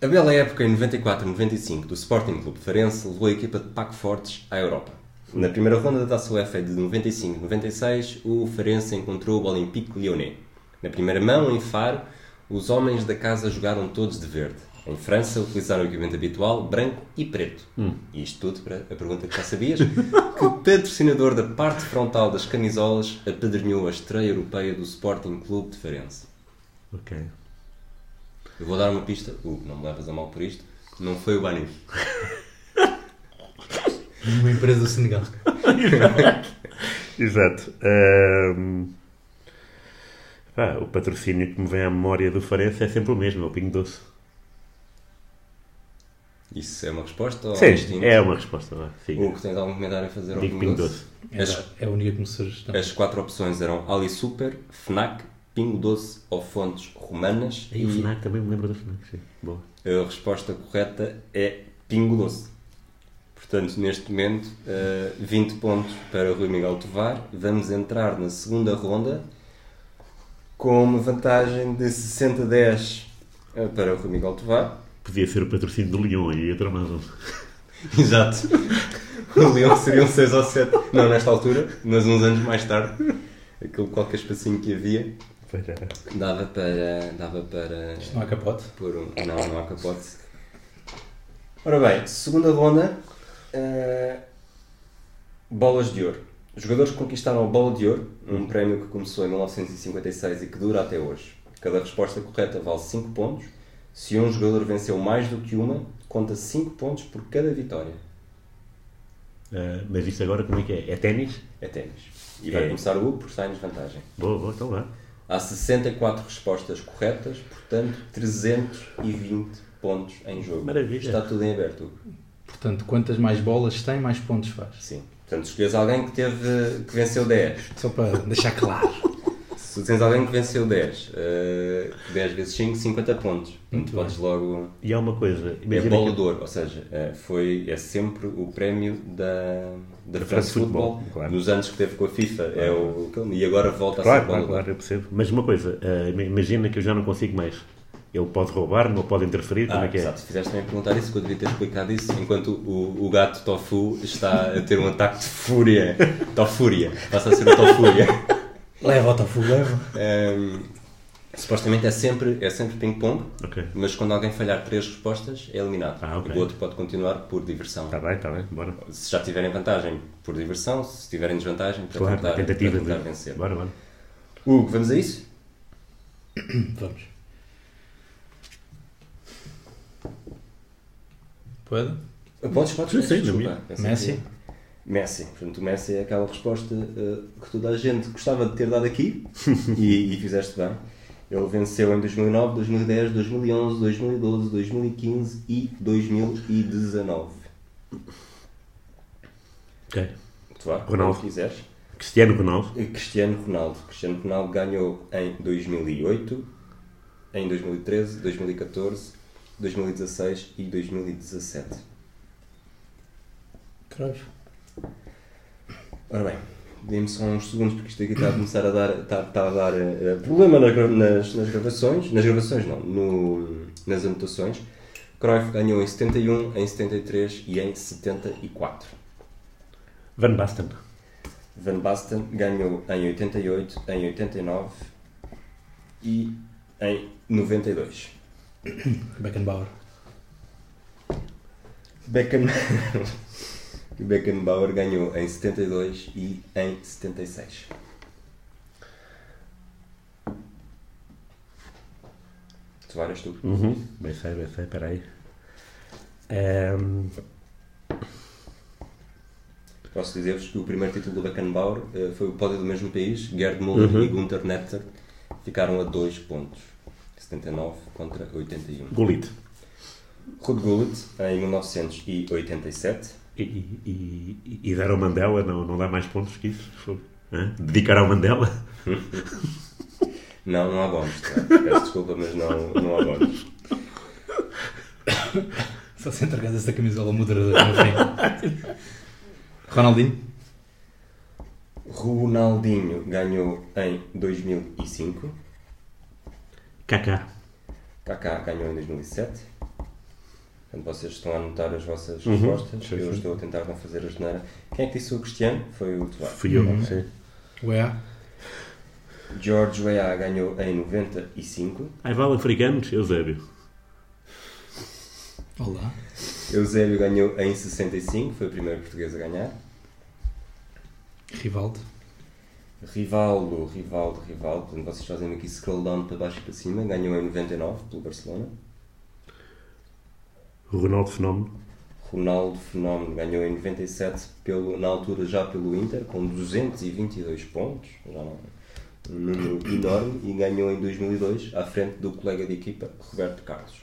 S1: A bela época em 94-95 do Sporting Clube Farense levou a equipa de Paco Fortes à Europa. Na primeira ronda da Taça UEFA de 95-96, o Farense encontrou o Olympique Lyonnais. Na primeira mão, em Faro, os homens da casa jogaram todos de verde. Em França, utilizaram o equipamento habitual, branco e preto. E isto tudo para a pergunta que já sabias. que patrocinador da parte frontal das camisolas apadrinhou a estreia europeia do Sporting Clube de Farense?
S2: Ok.
S1: Eu vou dar uma pista, Hugo, não me levas a mal por isto, não foi o Banif.
S3: Uma empresa do Senegal.
S2: Exato. Ahm, pá, o patrocínio que me vem à memória do Farense é sempre o mesmo, é o Pingo Doce.
S1: Isso é uma resposta ou
S2: Sim,
S1: instinto?
S2: é uma resposta. vá, Siga.
S1: Hugo, tens algum comentário a fazer ao
S2: Digo
S1: Pingo
S2: Pingo
S1: Doce?
S2: Doce.
S3: É, é a única que me surge. também.
S1: As quatro opções eram Ali Super, FNAC, Pingo Doce ou fontes romanas.
S2: E o FNAC também me lembro do FNAC, sim. Boa.
S1: a resposta correta é Pingo Doce. Portanto, neste momento, eh, 20 pontos para Rui Miguel Tovar. Vamos entrar na segunda ronda com uma vantagem de 60-10 eh, para Rui Miguel Tovar.
S2: Podia ser o patrocínio do Leão e eu tramava
S1: <laughs> Exato. O Leão seriam 6 ou 7. Não, nesta altura, mas uns anos mais tarde. Aquele qualquer espacinho que havia.
S2: Para...
S1: Dava para. Dava para.
S3: Isto não há capote.
S1: Pôr um. Não, não há capote. Ora bem, segunda ronda. eh, bolas de ouro. Os jogadores que conquistaram a Bola de Ouro, um prémio que começou em 1956 e que dura até hoje. Cada resposta correta vale 5 pontos. Se um jogador venceu mais do que uma, conta 5 pontos por cada vitória.
S2: Ah, mas isto agora como é que é? É ténis?
S1: É ténis. E vai
S2: É.
S1: começar o Hugo por estar em desvantagem.
S2: Boa, boa, então vá.
S1: Há 64 respostas corretas, portanto 320 pontos em jogo.
S2: Maravilha.
S1: Está tudo em aberto. Hugo.
S3: Portanto, quantas mais bolas tem, mais pontos faz.
S1: Sim. Portanto, escolhes alguém que teve que venceu 10.
S3: Só para deixar claro.
S1: Se tu tens alguém que venceu 10, eh, 10 vezes 5, 50 pontos. Portanto, podes logo.
S2: E há uma coisa.
S1: É
S2: imagina
S1: bola
S2: que-
S1: de ouro, ou seja, eh, foi, é sempre o prémio da, da,
S2: France
S1: France Football.
S2: Football, claro.
S1: Nos anos que teve com a FIFA, é o, e agora volta a
S2: Claro,
S1: ser bola
S2: claro,
S1: de ouro.
S2: claro, eu percebo. Mas uma coisa, ah, ima- imagina que eu já não consigo mais. Ele pode roubar, não pode interferir, como
S1: Ah,
S2: é que é?
S1: exato. Fizeste-me perguntar isso, que eu devia ter explicado isso, enquanto o, o gato Tofu está a ter um ataque de fúria. Tofúria. Passa a ser o
S2: <laughs>
S1: Tofúria.
S3: <laughs> Leva o tofu, leva.
S1: Ahm, supostamente é sempre, é sempre ping-pong,
S2: Ok.
S1: mas quando alguém falhar três respostas, é eliminado.
S2: Ah, ok.
S1: O outro pode continuar por diversão.
S2: Está Tá bem, está bem, bora.
S1: Se já tiverem vantagem, por diversão. Se tiverem desvantagem, para
S2: Claro,
S1: tentar,
S2: tentativa
S1: para tentar
S2: de-
S1: vencer.
S2: Bora, bora.
S1: Hugo, vamos a isso?
S3: Vamos. Pode?
S1: Podes, podes.
S2: Sim,
S1: peço
S2: sim, na
S1: desculpa.
S2: minha.
S1: Peço
S3: Messi?
S1: desculpa. Messi. Portanto, o Messi é aquela resposta eh, que toda a gente gostava de ter dado
S2: <laughs>
S1: aqui e, e fizeste bem. Ele venceu em 2009, 2010, 2011, 2012, 2015 e 2019.
S2: Ok.
S1: Tu vá,
S2: Ronaldo.
S1: como quiseres.
S2: Cristiano Ronaldo.
S1: E Cristiano Ronaldo. Cristiano Ronaldo ganhou em 2008, em 2013, 2014, 2016 e 2017.
S3: Cruyff.
S1: Ora bem, dê-me só uns segundos porque isto aqui está a começar a dar, está, está a dar eh, problema nas, gra- nas, nas gravações. Nas gravações não, no- nas anotações. Cruyff ganhou em 71, em 73 e em 74.
S2: Van Basten.
S1: Van Basten ganhou em 88, em 89 e em 92.
S3: Beckenbauer.
S1: Beckham... <laughs> Beckenbauer ganhou em 72 e em 76. Tu várias tu.
S2: Uhum. Bem sei, bem sei, peraí. Ehm,
S1: Posso dizer-vos que o primeiro título do Beckenbauer eh, foi o pódio do mesmo país. Gerd Müller e Gunther Netzer ficaram a 2 pontos. 79 contra 81.
S2: Gullit.
S1: Ruud Gullit, em 1987.
S2: E, e, e- e dar ao Mandela não, não dá mais pontos que isso? Fogo. Hã? Dedicar ao Mandela? <laughs>
S1: Não, não há bónus. tá? Peço desculpa, mas não, não há bónus.
S3: Só se entregas essa camisola ao moderador no fim. <laughs> Ronaldinho.
S1: Ronaldinho ganhou em 2005,
S2: Kaká.
S1: Kaká ganhou em 2007. Portanto, vocês estão a anotar as vossas respostas.
S2: Uhum. sim,
S1: Eu
S2: sim.
S1: estou a tentar não fazer a geneira. Quem é que disse o Cristiano? Foi o Tuá.
S2: Fui eu, sim.
S3: Ué.
S1: George Weah ganhou em 95.
S2: Ai, vale africanos? Eusébio.
S3: Olá.
S1: Eusébio ganhou em 65. Foi o primeiro português a ganhar.
S3: Rivaldo.
S1: Rivaldo, Rivaldo, Rivaldo. Portanto, vocês fazem aqui scroll down para baixo e para cima. Ganhou em 99 pelo Barcelona.
S2: Ronaldo Fenómeno.
S1: Ronaldo Fenómeno ganhou em 97, pelo, na altura já pelo Inter, com 222 pontos, já não, um número enorme, e ganhou em 2002 à frente do colega de equipa Roberto Carlos.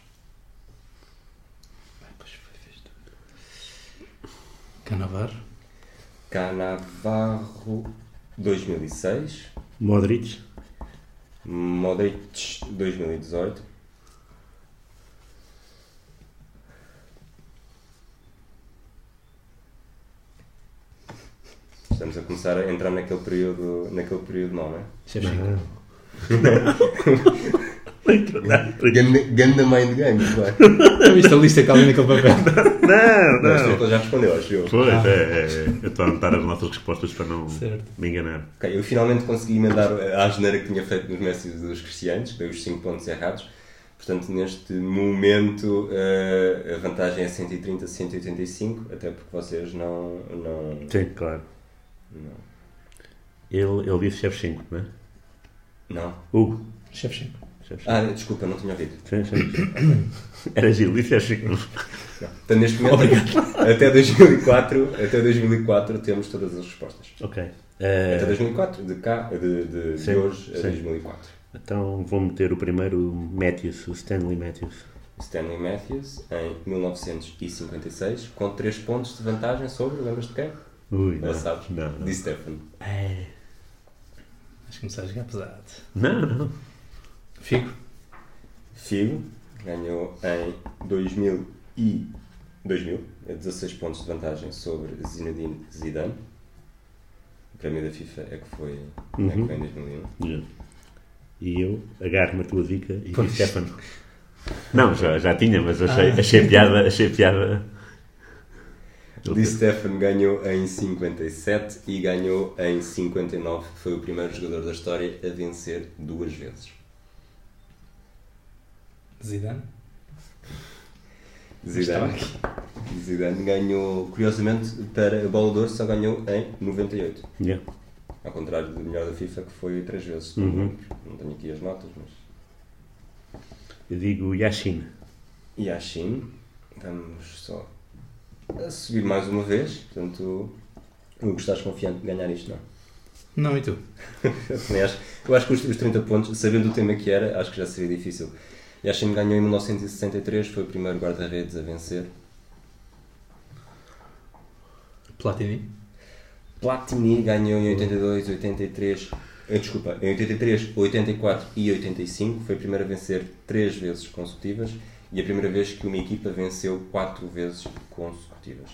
S3: Canavar.
S1: Canavarro 2006,
S2: Modric.
S1: Modric 2018, Estamos a começar a entrar naquele período, naquele período mau, não é?
S3: Shevchenko.
S2: Não. Não,
S1: Ganda, ganda mind game,
S2: <laughs>
S1: claro.
S3: Viste a lista que está ali naquele <laughs> papel?
S2: não.
S1: Mas
S2: não.
S1: ele já respondeu, acho eu.
S2: Pois, é, é, é. Eu estou a anotar as nossas respostas para não
S3: Certo.
S2: me enganar.
S1: Ok, eu finalmente consegui emendar a asneira que tinha feito nos mestres dos cristianos, que deu os 5 pontos errados. Portanto, neste momento, eh, a vantagem é 130, 185, até porque vocês não... não...
S2: Sim, claro.
S1: Não.
S2: Ele, ele disse chefe 5, não é?
S1: não.
S2: Hugo.
S3: Chefe, chefe.
S2: Chefe 5.
S1: Ah, desculpa, não tinha ouvido.
S2: Sim, sim. <coughs> Era Gil, disse chefe 5.
S1: Não. Portanto, neste momento, <laughs> até 2004, até 2004 temos todas as respostas.
S2: Ok.
S1: Até
S2: Eh,
S1: 2004, de cá, de, de, de
S2: Sim,
S1: hoje a
S2: sim.
S1: 2004.
S2: então vou meter o primeiro o Matthews, o Stanley Matthews.
S1: Stanley Matthews, em 1956, com 3 pontos de vantagem sobre, lembras de quem?
S2: Ui,
S1: Não,
S2: não.
S1: sabes?
S2: Não, não.
S1: Di Stefano.
S2: É.
S3: Vais começar a jogar pesado.
S2: Não, não.
S3: Fico.
S1: Figo ganhou em 2000 e 2000, eh, 16 pontos de vantagem sobre Zinedine Zidane. O prémio da FIFA é que foi é que
S2: Uhum.
S1: foi em 2001.
S2: Já. E eu agarro-me a tua dica e
S3: Pois.
S2: disse Stefano. Não, já, já tinha, mas achei, achei piada, achei piada.
S1: Di Stefano ganhou em 57 e ganhou em 59, que foi o primeiro jogador da história a vencer duas vezes.
S3: Zidane.
S1: Zidane, Zidane ganhou, curiosamente, para a Bola de Ouro só ganhou em 98.
S2: Yeah.
S1: Ao contrário do melhor da FIFA, que foi três vezes.
S2: Uhum.
S1: Não tenho aqui as notas, mas...
S2: Eu digo Yashin.
S1: E Yashin, vamos só a subir mais uma vez. Portanto, Hugo, estás confiante de ganhar isto, não?
S3: Não, e tu?
S1: Também acho- eu acho que os, os 30 pontos, sabendo o tema que era, acho que já seria difícil. Yashin ganhou em 1963, foi o primeiro guarda-redes a vencer.
S3: Platini.
S1: Platini ganhou em 82, 83, eh, desculpa, em 83, 84 e 85, foi a primeira a vencer três vezes consecutivas e a primeira vez que uma equipa venceu quatro vezes consecutivas.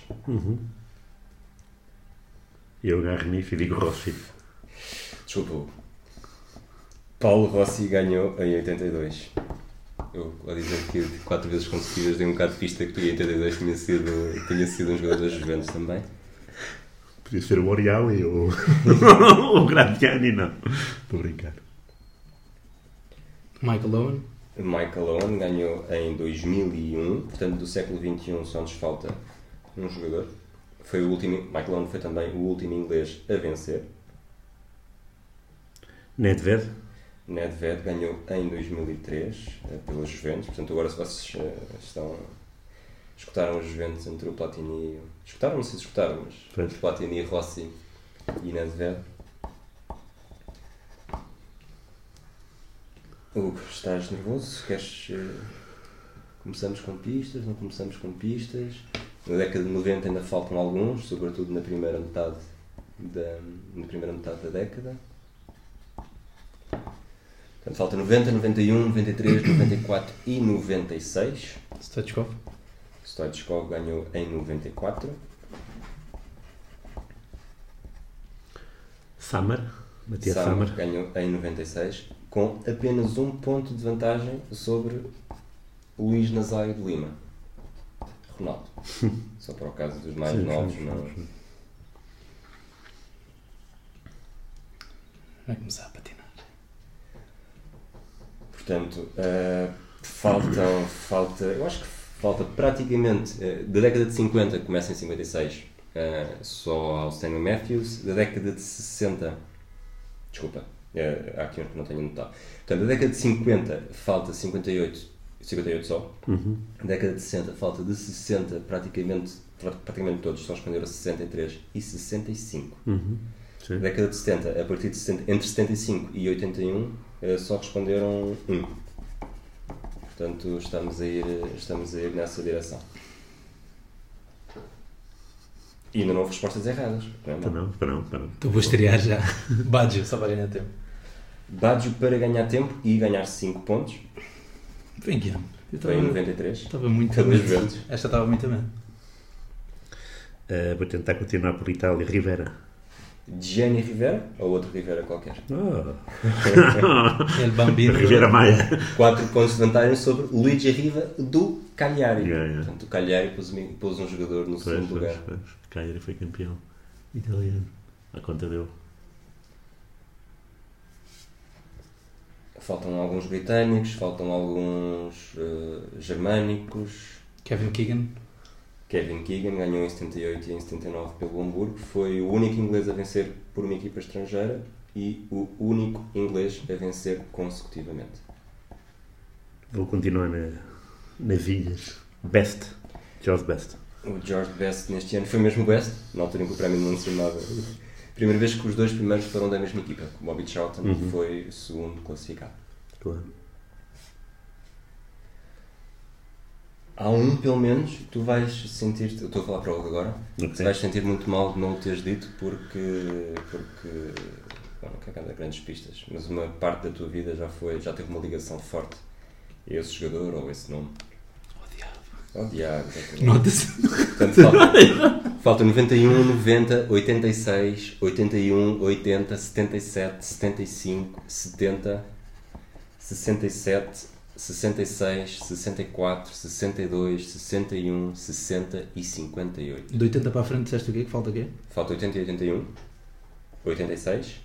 S2: Eu agarro nisso e digo Rossi.
S1: Desculpa. Hugo. Paulo Rossi ganhou em 82. Eu, a dizer que de quatro vezes consecutivas dei um bocado de pista que tu em 82 tinha sido, tinha sido um jogador dos Juventus também.
S2: Podia ser o Oriali ou <laughs> o Gradiani, não. Estou a brincar.
S3: Michael Owen.
S1: Michael Owen ganhou em 2001, portanto do século XXI só nos falta um jogador. Foi o último, Michael Owen foi também o último inglês a vencer.
S2: Nedved?
S1: Nedved ganhou em 2003 eh, pelos Juventus, portanto agora se vocês eh, estão escutaram os Juventus entre o Platini, escutaram não sei se escutaram, mas
S2: Pois.
S1: Platini, Rossi e Nedved. Hugo, estás nervoso? Queres eh, começamos com pistas, não começamos com pistas? Na década de 90 ainda faltam alguns, sobretudo na primeira metade da, na primeira metade da década. Portanto, falta 90, 91, 93, 94 e 96.
S3: Stoichkov.
S1: Stoichkov ganhou em 94.
S2: Summer? Matias
S1: Sammer
S2: Summer?
S1: ganhou em 96, com apenas um ponto de vantagem sobre Luís Nazário de Lima.
S2: <laughs>
S1: Ronaldo. Só para o caso dos é mais
S2: Sim,
S1: novos,
S2: sim,
S1: não.
S2: sim.
S3: Vai começar a patinar.
S1: Portanto, eh, faltam, falta, eu acho que falta praticamente, eh, da década de 50, começa em 56, eh, só ao Stanley Matthews, da década de 60, desculpa, eh, há aqui uns que não tenho anotado. Portanto, da década de 50 falta 58, 58 só, da década de 60 falta de 60, praticamente, pra- praticamente todos só responderam 63 e 65.
S2: Uhum. Sim.
S1: Na década de 70, a partir de 70, entre 75 e 81, eh, só responderam um. Portanto, estamos a ir, estamos a ir nessa direção. E ainda não houve respostas erradas. não é mal?
S2: Tá não, tá não, tá não.
S3: Tu Então vou estrear já. <laughs> Baggio, só para ganhar tempo.
S1: Baggio para ganhar tempo e ganhar 5 pontos.
S3: Vem que ano. Eu
S1: Foi em
S3: estava-
S1: 93.
S3: estava muito a
S1: Pelos
S3: medo.
S1: verdes.
S3: Esta <laughs> estava muito a medo.
S2: Eh, vou tentar continuar por Itália. Rivera.
S1: Gianni Rivera ou outro Rivera qualquer.
S2: Ah,
S3: El Bambino.
S2: Riviera Maia.
S1: Quatro pontos de vantagem sobre Luigi Riva do Cagliari.
S2: Yeah, yeah.
S1: Portanto, o Cagliari pôs, pôs um jogador no
S2: Pois,
S1: segundo
S2: pois,
S1: lugar.
S2: pois. Cagliari foi campeão italiano. A conta deu.
S1: Faltam alguns britânicos, faltam alguns eh, germânicos.
S3: Kevin Keegan.
S1: Kevin Keegan ganhou em 78 e em 79 pelo Hamburgo. Foi o único inglês a vencer por uma equipa estrangeira e o único inglês a vencer consecutivamente.
S2: Vou continuar na, nas ilhas. Best. George Best.
S1: O George Best neste ano foi mesmo o Best, na altura em que o prémio não se chamava. Primeira vez que os dois primeiros foram da mesma equipa. O Bobby Charlton foi segundo classificado.
S2: Claro.
S1: Há um, pelo menos, que tu vais sentir. Eu estou a falar para o Hugo agora.
S2: Ok.
S1: Tu vais sentir muito mal de não o teres dito porque. porque. Bom, não quero que dar grandes pistas, mas uma parte da tua vida já foi. já teve uma ligação forte a esse jogador ou a esse nome.
S3: Oh, diabo.
S1: Oh, diabo, exatamente.
S3: Nota-se. <laughs>
S1: Portanto, falta, falta 91, 90, 86, 81, 80, 77, 75, 70, 67, 66, 64, 62, 61, 60 um, e 58.
S3: De 80 para a frente disseste o quê? Que falta o quê?
S1: Falta 80 e 81, 86,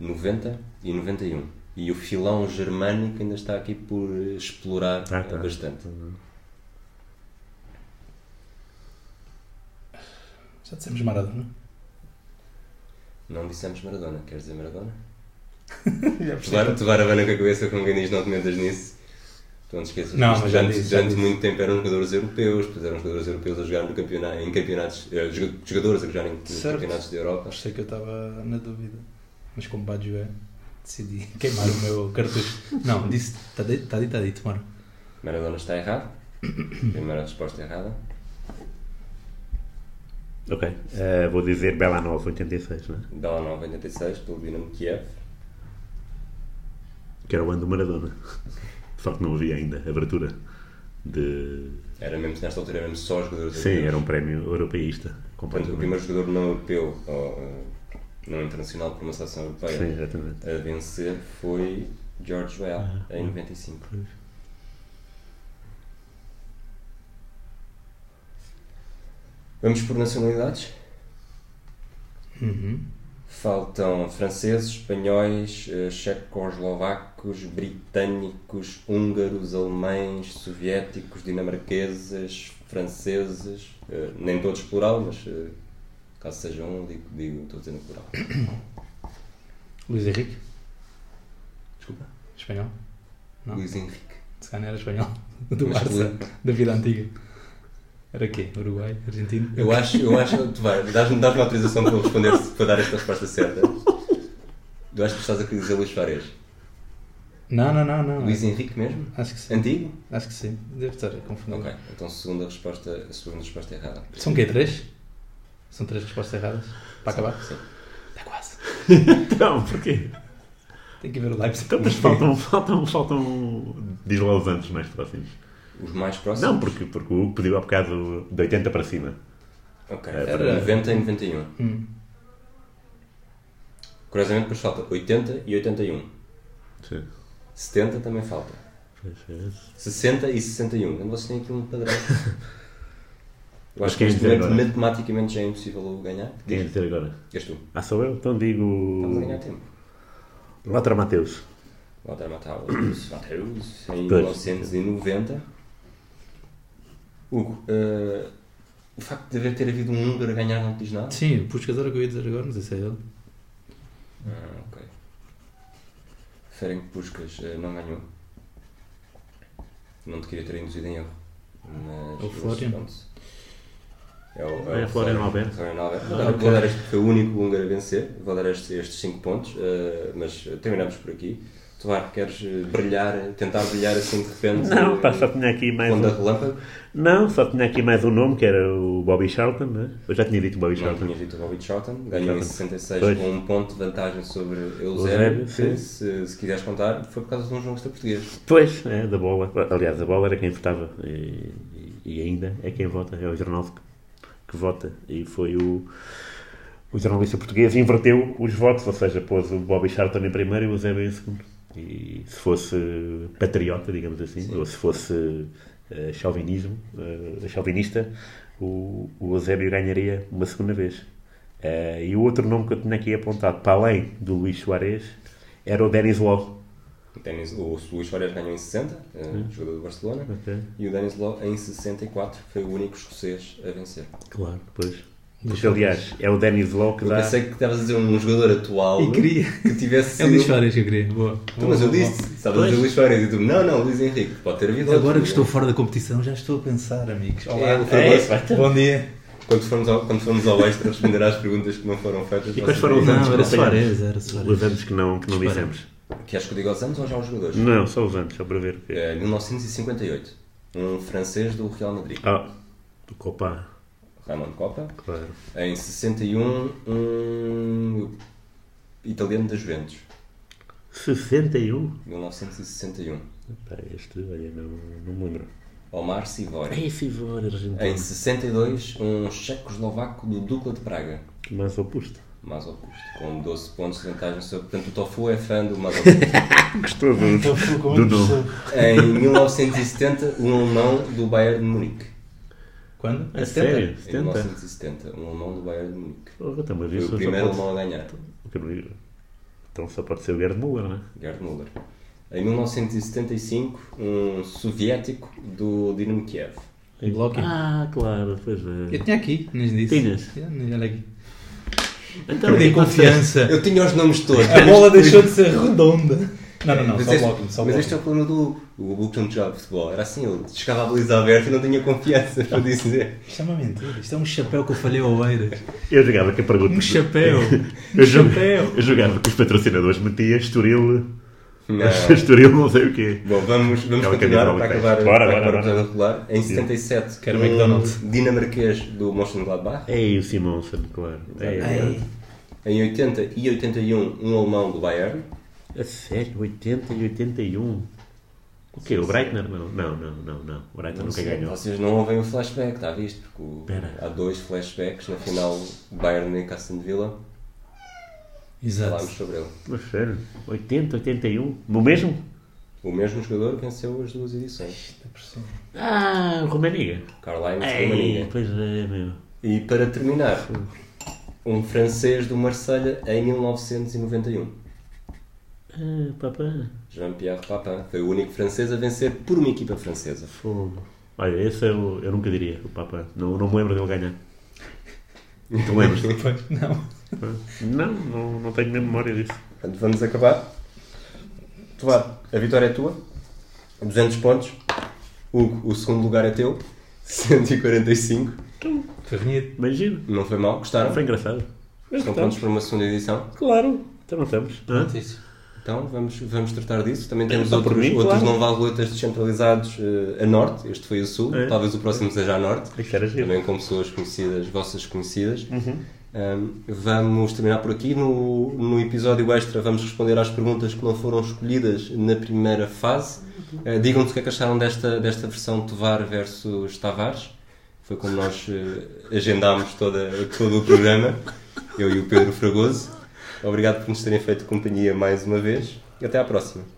S1: 90 e 91. E o filão germânico ainda está aqui por eh, explorar
S2: Ah, tá.
S1: eh, bastante.
S3: Já dissemos Maradona.
S1: Não dissemos Maradona, queres dizer Maradona?
S3: Já
S1: Tu vara- Tu vara bem com a cabeça como quem diz, não te metas nisso. Tu não te esqueças.
S3: Não,
S1: que
S3: mas já
S1: durante,
S3: disse, já
S1: durante
S3: disse.
S1: muito tempo eram jogadores europeus, depois eram jogadores europeus a jogar no campeonato, em campeonatos, eh, joga- jogadores a jogar em
S3: Certo.
S1: campeonatos da Europa.
S3: Achei que eu estava na dúvida. Mas como Baggio é, decidi <laughs> queimar o meu cartucho. Não, disse. Está dito, está dito, tá dito, mano.
S1: Maradona está errado. <coughs> Primeira resposta errada.
S2: Ok. Eh, vou dizer Bela Nova 86, né?
S1: Dala 96 pelo Dinamo Kiev.
S2: Que era o ano do <laughs> Maradona. Só que não havia ainda abertura de.
S1: Era mesmo, nesta altura, era mesmo só jogadores
S2: Sim,
S1: europeus.
S2: era um prémio europeísta.
S1: Portanto, o
S2: Completamente.
S1: primeiro jogador não europeu, ou, eh, não internacional por uma seleção europeia,
S2: Sim, exatamente.
S1: a vencer foi George Weah, em 95.
S2: Pois.
S1: Vamos por nacionalidades?
S3: Uhum.
S1: Faltam franceses, espanhóis, eh, checoslovacos, britânicos, húngaros, alemães, soviéticos, dinamarqueses, franceses, eh, nem todos plural, mas eh, caso seja um, digo, digo estou dizendo plural.
S3: Luís Henrique.
S1: Desculpa.
S3: Espanhol. Não.
S1: Luís Henrique.
S3: Se calhar era espanhol. <laughs> Do
S1: Mas
S3: Barça. Da vida antiga. Era quê? Uruguai? Argentino?
S1: Eu acho, eu acho que tu vai, dás-me dás autorização para eu responder se- para dar esta resposta certa. Eu acho que estás a querer dizer Luís Fares.
S3: Não, não, não, não.
S1: Ah. Luís Henrique mesmo?
S3: Acho que sim.
S1: Antigo?
S3: Acho que sim. Deve estar a confundir.
S1: Ok, então segunda resposta, a segunda resposta errada.
S3: São quê? Três? São três respostas erradas? Para acabar?
S1: Sim.
S3: Está quase.
S2: Então, porquê?
S3: Tem que ver o Leipzig.
S2: Então, mas faltam, faltam, faltam. Diz lá os anos mais próximos.
S1: Os mais próximos?
S2: Não, porque, porque o Hugo pediu há bocado de 80 para cima.
S1: Ok,
S2: É,
S1: era
S3: era-
S1: 90 e 91.
S3: Hum.
S1: Curiosamente, depois falta 80 e 81.
S2: Sim.
S1: 70 também falta.
S2: Pois é.
S1: 60 e 61. Então vocês têm aqui um
S2: <laughs>
S1: padrão. Eu
S2: Mas
S1: acho que
S2: quem
S1: neste
S2: dizer
S1: momento,
S2: agora?
S1: matematicamente, já é impossível eu ganhar.
S2: Quem é dizer agora?
S1: És tu.
S2: Ah, sou eu? Então
S1: Estamos a
S2: digo.
S1: ganhar tempo.
S2: Lotra Mateus.
S1: Walter Matheus, Matheus, em
S2: Pois.
S1: 1990. Hugo, eh, o facto de haver ter havido um húngaro a ganhar não te diz nada?
S3: Sim, o pesquisador que eu ia dizer agora, mas esse é ele.
S1: Ah, ok. Ferenc Puskas eh, não ganhou. Não te queria ter induzido em erro. Mas
S3: É o Florian.
S1: pronto. É o,
S2: É Florian Albert.
S1: Florian Albert.
S2: Ah,
S1: Não,
S2: ok.
S1: vou dar este, foi o único húngaro a vencer. Vou dar este- estes 5 pontos, eh, mas eh, terminamos por aqui. Tovar, queres eh, brilhar, eh, tentar brilhar assim de repente?
S2: Não,
S1: eh,
S2: pá, só tinha aqui mais
S1: Onda
S2: um.
S1: relâmpago?
S2: Não, só tinha aqui mais um nome que era o Bobby Charlton, né? Eu já tinha dito Bobby
S1: Não
S2: Charlton.
S1: tinha dito o Bobby Charlton. Ganhou em
S2: Charlton.
S1: 66
S2: Pois.
S1: com um ponto de vantagem sobre Eusébio.
S2: Eusébio,
S1: que,
S2: sim.
S1: Se, se quiseres contar, foi por causa de um jogo português.
S2: Pois, é, da bola. Aliás, a bola era quem votava. E, e ainda é quem vota, é o jornal que, que vota. E foi o, o jornalista português inverteu os votos, ou seja, pôs o Bobby Charlton em primeiro e o Zé em segundo. E se fosse patriota, digamos assim, ou se fosse eh, chauvinismo, eh, chauvinista, o, o Eusébio ganharia uma segunda vez. Eh, e o outro nome que eu tinha aqui apontado, para além do Luís Soares, era o Denis Law.
S1: O Denis- O Luís Soares ganhou em 60, eh, jogador do Barcelona,
S2: Ok.
S1: e o Dennis Law em 64 foi o único escocês a vencer.
S2: Claro, pois. Porque, aliás, é o Denis Law que
S1: Eu
S2: dá...
S1: pensei que estavas a dizer um jogador atual
S3: E queria.
S1: que tivesse
S3: <laughs> É
S1: sido.
S3: o Luís Soares que eu queria. Boa.
S1: Tu,
S3: Boa,
S1: Então, mas eu
S3: boa, boa.
S1: disse, estavas a dizer Luís Soares e tu, não, não, Luís Henrique, pode ter havido.
S3: Agora
S1: outro,
S3: que estou
S1: né?
S3: fora da competição, já estou a pensar, amigos. Olá,
S1: É,
S3: foi
S1: é
S3: bom.
S1: isso, vai
S3: bom dia.
S1: Quando formos ao, quando formos ao extra responder às perguntas que não foram feitas.
S2: E quais
S1: vocês
S2: foram os
S1: dizem-
S2: anos
S3: Não, era
S2: que não apanhamos?
S3: Soares, era Soares.
S2: Os anos que não, que não
S3: Espera.
S2: dissemos.
S1: Queres que eu diga os anos ou já os jogadores?
S2: Não, só os anos, só para ver. o que é.
S1: É, 1958, um francês do Real Madrid,
S2: Ah, do Copa,
S1: Raymond Coppa.
S2: claro.
S1: Em 61, um italiano da Juventus,
S2: 61?
S1: 1961,
S2: Pá, este, olha, não, não me lembro.
S1: Omar Sivori.
S2: É Sivor,
S1: Em
S2: argentino.
S1: 62, um tchecoslovaco do Dukla de Praga,
S2: Mas oposto.
S1: mais Augusto, com 12 pontos de vantagem sobre. Portanto, o Tofu é fã do Mas
S2: <laughs>
S1: Augusto.
S2: Gostou
S1: Então,
S2: do...
S3: Do
S2: Dudu.
S1: Em 1970, um alemão do Bayern de Munique.
S3: Quando?
S2: A É sério?
S1: Em
S2: 70?
S1: 1970, um alemão do Bayern de Munique.
S2: Oh, então, mas
S1: Foi
S2: isso
S1: o
S2: só
S1: primeiro
S2: pode...
S1: alemão a ganhar,
S2: o que eu digo. Então só pode ser o Gerd Müller, né?
S1: Gerd Müller. Em 1975, um soviético do Dinamo Kiev.
S3: E Loki.
S2: Ah, claro, pois
S3: Eu
S2: é.
S3: tinha aqui, nos disse.
S2: Tinhas?
S3: Tinha, Olha aqui.
S2: Então,
S3: Perdi a
S2: e quando
S3: confiança.
S1: Eu tinha os nomes
S2: <laughs>
S1: todos.
S3: A bola deixou de ser redonda. Não, não, não,
S1: Mas
S3: só
S1: este-
S3: Loki, só
S1: Mas
S3: Loki.
S1: este é o problema do Hugo. O Hugo não jogava futebol. Era assim, ele chegava à baliza aberta e não tinha confiança para
S2: <laughs>
S1: dizer.
S3: Isto é uma mentira. Isto é um chapéu que eu falhei ao Eiras.
S2: Eu jogava que a pergunta.
S3: Um
S2: <laughs>
S3: chapéu.
S2: Eu,
S3: Um
S2: jogo-
S3: chapéu.
S2: eu jogava que os patrocinadores metiam Estoril.
S1: Não.
S2: <laughs> Estoril, não sei o quê.
S1: Ah, Bom, vamos, vamos
S2: Aquela
S1: continuar
S2: camisola
S1: para
S2: que
S1: acabar,
S2: tens.
S1: para
S2: Bora,
S1: acabar
S2: bora,
S1: o episódio regular. Em 77,
S3: Quero
S1: um
S3: McDonald's.
S1: dinamarquês do Mönchengladbach.
S2: É o Simonsen, claro. É,
S1: Exatamente. Em 80 e 81, um alemão do Bayern.
S2: A é, sério, 80 e 81. O quê? O Breitner? Não, não, não, não. não. O Breitner nunca ganhou.
S1: Vocês não ouvem o flashback, está a visto? Porque o-
S2: Espera.
S1: há dois flashbacks na final Bayern e Aston Villa. Falámos
S3: Exato.
S1: sobre ele.
S2: Mas sério, 80, 81? No mesmo?
S1: O mesmo jogador venceu as duas edições.
S2: Ah, Romaniga.
S1: Carlines
S2: Ei,
S1: Romania.
S2: pois é, meu.
S1: E para terminar, um francês do Marselha em 1991.
S2: Ah, papá.
S1: Jean-Pierre Papin foi o único francês a vencer por uma equipa francesa.
S2: Fogo. Olha, esse eu, eu nunca diria, o papá. Não, não me lembro dele ganhar. Não te lembras?
S3: <laughs> Pois, Não.
S2: não, não, não tenho nem memória disso.
S1: Portanto, vamos acabar. Tomar, a vitória é tua. 200 pontos. Hugo, o segundo lugar é teu. 145.
S3: Foi bonito.
S2: Imagina.
S1: Não foi mal, gostaram?
S2: Foi engraçado. Mas
S1: Estão
S2: estamos.
S1: prontos para uma segunda edição?
S2: Claro. Então não estamos. Hã?
S1: Então, vamos, vamos tratar disso. Também temos
S2: tá por
S1: outros,
S2: mim,
S1: outros
S2: claro.
S1: não valutas descentralizados eh, a norte. Este foi a sul.
S2: É.
S1: Talvez o próximo seja a norte.
S2: Isto era giro.
S1: Também com pessoas conhecidas, vossas conhecidas. Um, vamos terminar por aqui. No, no episódio extra, vamos responder às perguntas que não foram escolhidas na primeira fase. Eh, Digam-nos o que é que acharam desta, desta versão Tovar versus Tavares. Foi como nós eh, agendámos toda, todo o programa, eu e o Pedro Fragoso. Obrigado por nos terem feito companhia mais uma vez e até à próxima.